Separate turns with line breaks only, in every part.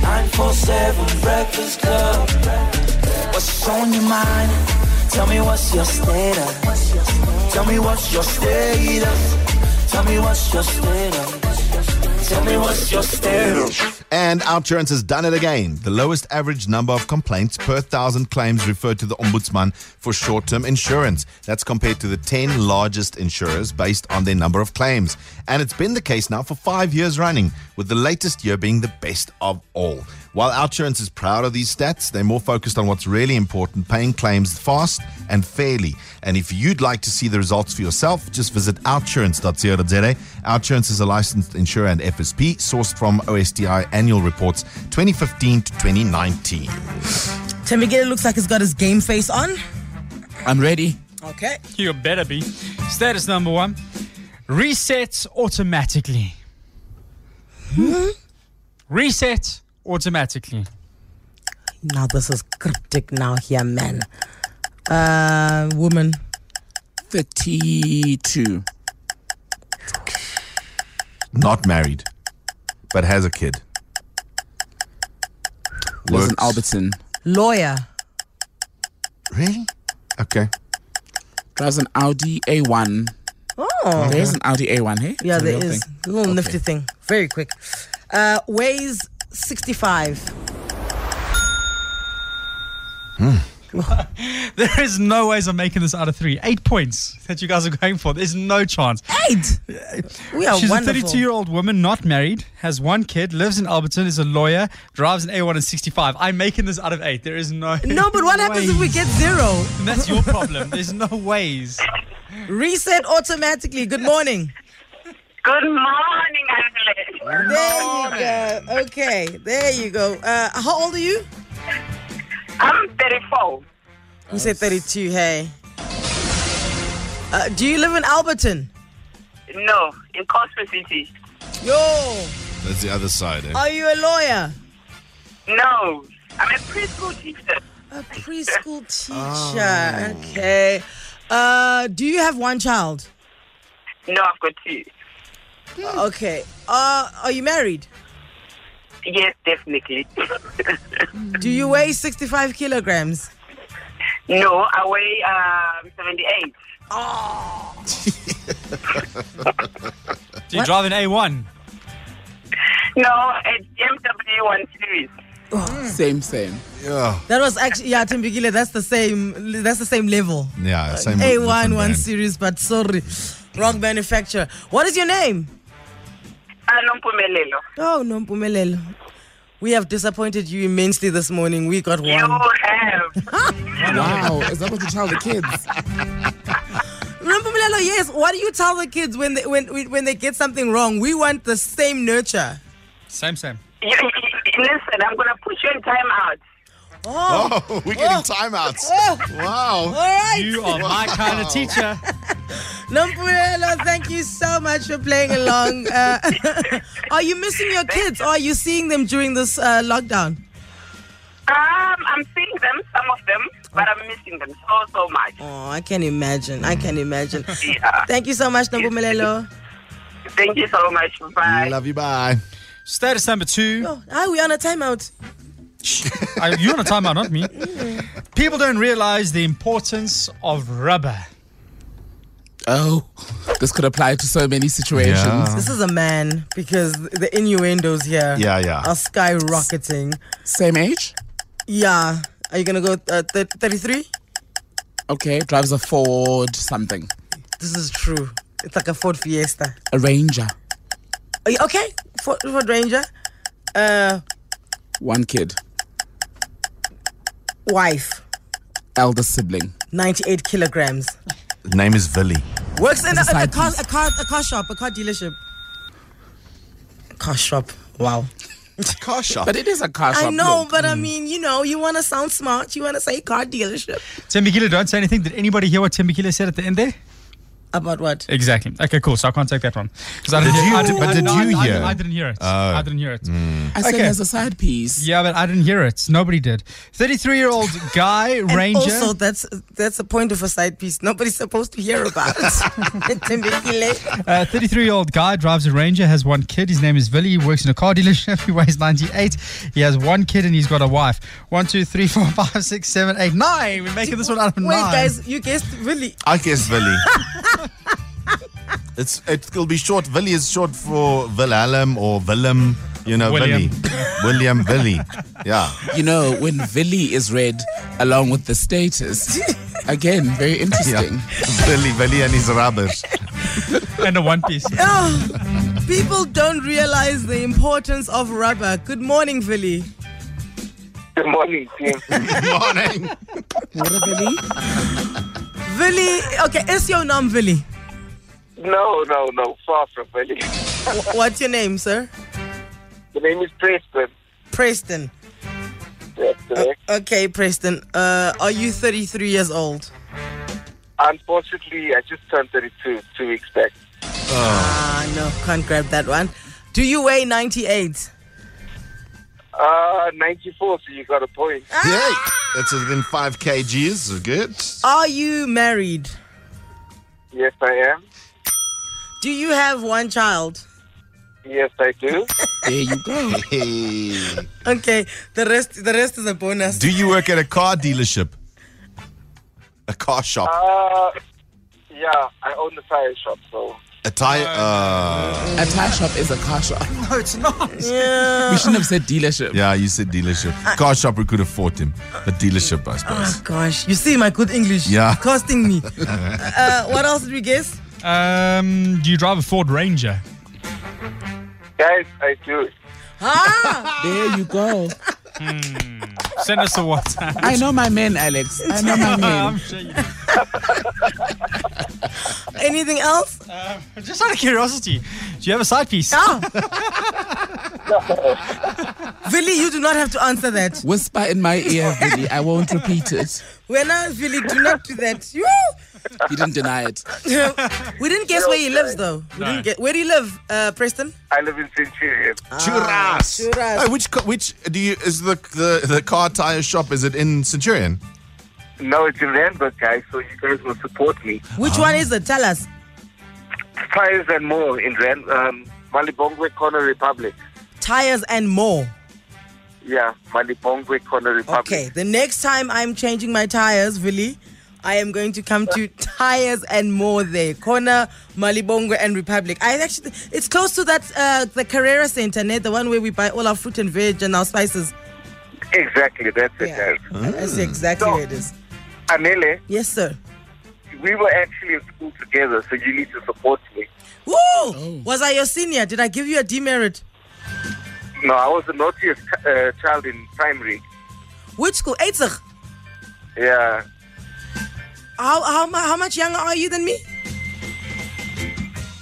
947 Breakfast Club. What's on your mind? Tell me what's your status. Tell me what's your status. Tell me what's your status. Tell me what's your status.
And OutTurns has done it again. The lowest average number of complaints per thousand claims referred to the Ombudsman for short term insurance. That's compared to the 10 largest insurers based on their number of claims. And it's been the case now for five years running, with the latest year being the best of all. While OutTurns is proud of these stats, they're more focused on what's really important paying claims fast and fairly. And if you'd like to see the results for yourself, just visit outsurance.co.za. Outsurance is a licensed insurer and FSP sourced from OSDI annual reports 2015 to 2019.
Tim Miguel looks like he's got his game face on.
I'm ready.
Okay.
You better be. Status number one resets automatically. Hmm? Reset automatically.
Now this is cryptic now here, man. Uh woman.
32.
Not married, but has a kid.
Lives in
Works-
Alberton.
Lawyer.
Really? Okay.
Drives an Audi A1.
Oh.
There's an Audi A1, hey?
Yeah,
It's a
there
real
is.
thing.
Little nifty thing. Very quick. Uh weighs sixty five.
There is no ways I'm making this out of three. Eight points that you guys are going for. There's no chance.
Eight. We are
She's
wonderful.
a 32 year old woman, not married, has one kid, lives in Alberton, is a lawyer, drives an A1 and 65. I'm making this out of eight. There is no.
No, but what happens if we
ways.
get zero?
That's your problem. There's no ways.
Reset automatically. Good morning.
Good morning, Angela.
There you go. Okay. There you go. Uh how old are you?
I'm 34.
You said thirty two, hey. Uh, do you live in Alberton?
No, in Cosmo City.
Yo,
That's the other side. Eh?
are you a lawyer?
No, I'm a preschool teacher.
A preschool teacher. Okay. Uh, do you have one child? Hmm.
No, I've got two.
Okay. Uh, are you married?
Yes, definitely.
Do you weigh 65 kilograms?
no, I weigh um, 78.
Do you drive an A1?
No, a MW1 series.
Same, same.
Yeah.
That was actually yeah, Timbigile. That's the same. That's the same level.
Yeah, same
A
different
one one
brand.
series, but sorry, wrong manufacturer. What is your name?
Alompumelelo.
Oh, Nompumelelo. We have disappointed you immensely this morning. We got
You
one.
have.
Wow. Is that what you tell the kids?
Nompumelelo, yes. What do you tell the kids when they when when they get something wrong? We want the same nurture.
Same, same.
You, listen, I'm going to put you in time out.
Oh,
Oh, we're getting timeouts.
Oh.
Wow.
all right.
You are my kind of teacher.
Nompumelelo, thank you so much for playing along. Uh, are you missing your kids or are you seeing them during this uh, lockdown?
Um, I'm seeing them, some of them, but I'm missing them so, so much.
Oh, I can imagine. I can imagine.
Yeah.
Thank you so much, Nompumelelo.
Thank you so much. Bye.
Love you. Bye.
Status number two.
Oh, ah, we on a timeout.
I, you're on a timeout, not me. People don't realize the importance of rubber.
Oh, this could apply to so many situations.
Yeah.
This is a man because the innuendos here
Yeah, yeah.
are skyrocketing.
Same age?
Yeah. Are you going to go uh, thir- 33?
Okay. Drives a Ford something.
This is true. It's like a Ford Fiesta.
A Ranger.
Are you- Okay, Ford, Ford Ranger. Uh,
One kid.
wife,
Eldest sibling.
98 kilograms.
Name is Villy.
Works in a,
It's a
a,
side
car,
piece.
a car a car shop, a car dealership. Car shop. Wow.
Car shop.
But it is a car shop.
I know,
look.
but
mm.
I mean, you know, you want to sound smart. You want to say car dealership.
Tembikile, don't say anything. Did anybody hear what Tembikile said at the end there?
About what?
Exactly. Okay, cool. So I can't take that one. 'Cause I
Did
hear-
you-
I didn't-
but
I-
did
no, I-
you
I-
hear?
I, didn't hear it.
Oh.
I didn't hear it.
I said
Okay.
as a side piece.
Yeah, but I didn't hear it. Nobody did. 33 year old guy,
And
ranger.
also, that's that's a point of a side piece. Nobody's supposed to hear about Tembikile.
A 33 year old Uh, guy drives a Ranger, has one kid. His name is Villy. He works in a car dealership. He weighs 98. He has one kid and he's got a wife. One, two, three, four, five, six, seven, eight, nine. We're making this one out of
Wait,
nine.
guys, you guessed really.
I guess Willy. it's it'll be short. Willy is short for Wilhelm or Willem. You know,
William.
Willy. William Willy. Yeah.
You know, when Villy is read along with the status, again, very interesting.
yeah. Willy, Willy and his rubbish.
And a one piece.
Oh, people don't realize the importance of rubber. Good morning, Philly.
Good morning, team.
Morning.
What a Villy?
Villy, okay, is your name Villy?
No, no, no. Far from Billy.
Wh- What's your name, sir?
The name is Preston.
Preston.
That's correct.
Okay, Preston. Uh, are you 33 years old?
Unfortunately, I just turned 32 two weeks back.
Ah, no, can't grab that one. Do you weigh 98?
Uh, 94, so you got a point.
Yay. That's within five kgs. So good.
Are you married?
Yes, I am.
Do you have one child?
Yes, I do.
There you go.
Oh.
Hey.
Okay, the rest the rest is a bonus.
Do you work at a car dealership? A car shop?
Uh, yeah, I own the tire shop, so.
a tire? Uh,
A tire shop is a car shop.
No, it's not.
We shouldn't have said dealership.
yeah, you said dealership. Car shop, we could afford him. But dealership, I suppose.
Oh, Gosh, you see my good English
Yeah.
costing me. uh, what else did we guess?
Um, do you drive a Ford Ranger?
Guys, I do.
Ah,
There you go.
Send us a WhatsApp.
I know my men, Alex. I know my
I'm
men.
sure you-
anything else?
uh, just out of curiosity, do you have a side piece?
Ah. Vili, you do not have to answer that.
Whisper in my ear, Villy. I won't repeat it.
When I Vili, do not do that. You-
He didn't deny it.
we didn't guess where he lives though. We
No.
didn't get where do you live, uh, Preston?
I live in Centurion.
Churras.
churras.
Oh, which co- which do you is the, the the car tire shop? Is it in Centurion?
No, it's in Randburg, guys, so you guys will support me.
Which one is it? Tell us.
Tires and more in Rand, um, Malibongwe Corner Republic.
Tires and more.
Yeah, Malibongwe Corner Republic.
Okay, the next time I'm changing my tires, Vili, I am going to come to Tires and More there, corner Malibongo and Republic. I actually, it's close to that uh, the Carrera Center, ne? the one where we buy all our fruit and veg and our spices.
Exactly, that's it,
Yeah,
guys.
that's exactly
So-
where it is.
Anele,
Yes, sir.
we were actually in school together, so you need to support me.
Woo! Was I your senior? Did I give you a demerit?
No, I was the naughtiest uh, child in primary.
Which school? Eitzig.
Yeah,
How, how mu- how much younger are you than me?
I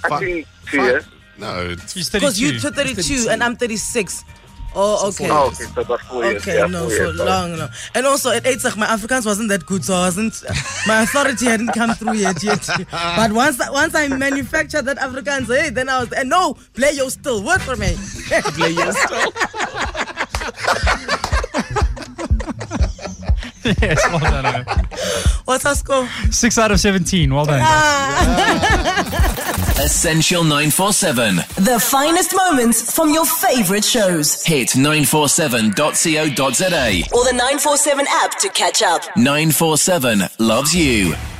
Fi-
think two
fi-
years.
No, it's
He's
Because
32.
you're 32 and I'm 36. Oh, okay.
Oh, okay, so about four years.
Okay,
yeah,
no,
four
so
years, sorry.
long, no. And also at eight, my Afrikaans wasn't that good, so I wasn't. My authority hadn't come through yet. yet. But once, I- once I manufactured that Afrikaans, hey, then I was. And no, play your still. Work for me.
Play your stuff.
yes, well done. Owen.
What's our score?
Six out of 17. Well
Ah,
done.
Essential 947.
The finest moments from your favorite shows.
Hit 947.co.za.
Or the 947 app to catch up.
947 loves you.